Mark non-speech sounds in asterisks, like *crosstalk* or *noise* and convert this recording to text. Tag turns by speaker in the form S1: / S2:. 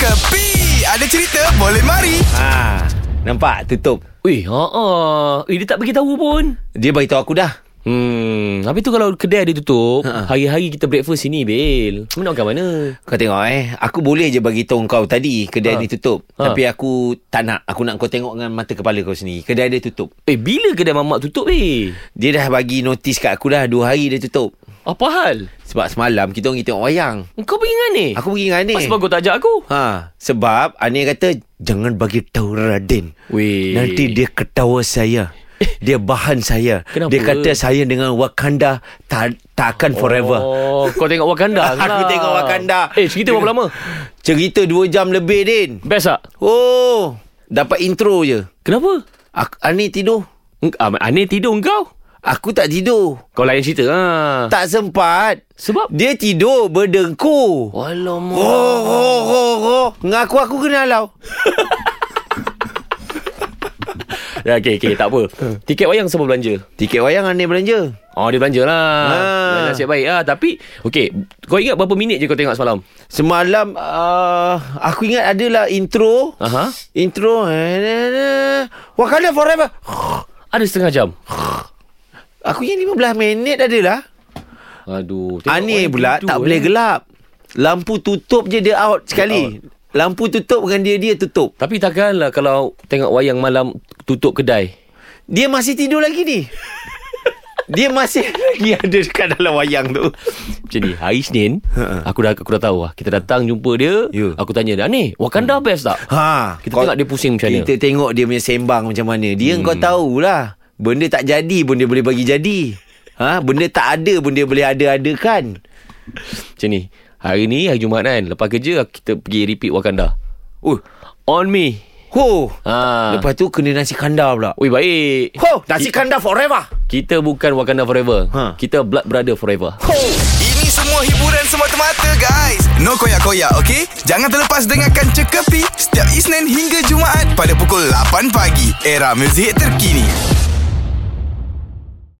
S1: Kepi Ada cerita boleh mari
S2: Ha, nampak tutup.
S3: Ui, ha ah. Ui, dia tak bagi tahu pun.
S2: Dia beritahu aku dah.
S3: Hmm, habis tu kalau kedai dia tutup,
S2: Ha, ha.
S3: hari-hari kita breakfast sini, Bil. Kamu nak makan mana?
S2: Kau tengok eh, aku boleh je bagi tahu kau tadi kedai
S3: Ha.
S2: ni tutup.
S3: Ha.
S2: Tapi aku tak nak. Aku nak kau tengok dengan mata kepala kau sendiri. Kedai dia tutup.
S3: Eh, bila kedai mamak tutup, eh?
S2: Dia dah bagi notis kat aku dah Dua hari dia tutup.
S3: Apa hal?
S2: Sebab semalam kita orang pergi tengok wayang.
S3: Kau pergi dengan ni?
S2: Aku pergi dengan Anir.
S3: Sebab kau tak ajak aku.
S2: Ha, sebab Anir kata jangan bagi tahu Radin.
S3: Weh.
S2: Nanti dia ketawa saya.
S3: *laughs*
S2: Dia bahan saya.
S3: Kenapa?
S2: Dia kata saya dengan Wakanda tak takkan forever.
S3: Oh, kau tengok *laughs* Wakanda.
S2: Aku
S3: lah.
S2: tengok Wakanda.
S3: Eh, cerita berapa lama?
S2: Cerita dua jam lebih Din
S3: Best tak?
S2: Oh Dapat intro je
S3: Kenapa?
S2: Aku, Ani tidur
S3: Eng- Ah, Anir tidur kau.
S2: Aku tak tidur
S3: Kau layan cerita. Ha.
S2: Tak sempat
S3: Sebab?
S2: Dia tidur berdengkur
S3: Alamak.
S2: Oh, oh, oh, oh. Ngaku aku kena halau
S3: Ya, okay, okay, tak apa. Tiket wayang siapa belanja?
S2: Tiket wayang Ani belanja
S3: Oh, dia belanja lah.
S2: Ha.
S3: Ha. Nasib baik lah. Tapi, okay. Kau ingat berapa minit je kau tengok semalam?
S2: Semalam uh, Aku ingat adalah intro
S3: Aha.
S2: Intro eh, na- na- Wakanda forever
S3: Ada setengah jam.
S2: Aku ingat 15 minit adalah
S3: Aduh. tengok
S2: Ani
S3: orang
S2: pula
S3: tidur,
S2: tak
S3: eh.
S2: boleh gelap. Lampu tutup je dia out sekali. Lampu tutup dengan dia dia tutup.
S3: Tapi takkanlah kalau tengok wayang malam tutup
S2: *laughs*
S3: kedai.
S2: Dia masih tidur lagi *laughs* ni. dia masih lagi ada dekat dalam wayang tu.
S3: Macam ni Hari Senin Aku dah aku dah tahu lah Kita datang jumpa dia
S2: Ya.
S3: Aku tanya dia Ni Wakanda best tak?
S2: Ha,
S3: Kita tengok dia pusing macam mana.
S2: Kita tengok dia punya sembang macam mana. Dia hmm. kau tahulah. Benda tak jadi pun dia boleh bagi jadi. Ha, benda tak ada pun dia boleh ada-adakan.
S3: Macam ni Hari ni hari Jumaat kan Lepas kerja kita pergi repeat Wakanda
S2: Oh,
S3: On me
S2: ho.
S3: ha. Lepas
S2: Lepas tu kena nasi kandar pula.
S3: Ui baik
S2: Ho, nasi kandar forever.
S3: Kita bukan Wakanda forever
S2: Ha.
S3: Kita blood brother forever
S1: Ini semua hiburan semata-mata guys No koyak-koyak ok Jangan terlepas dengarkan Cekapi Setiap Isnin hingga Jumaat Pada pukul 8 pagi Era muzik terkini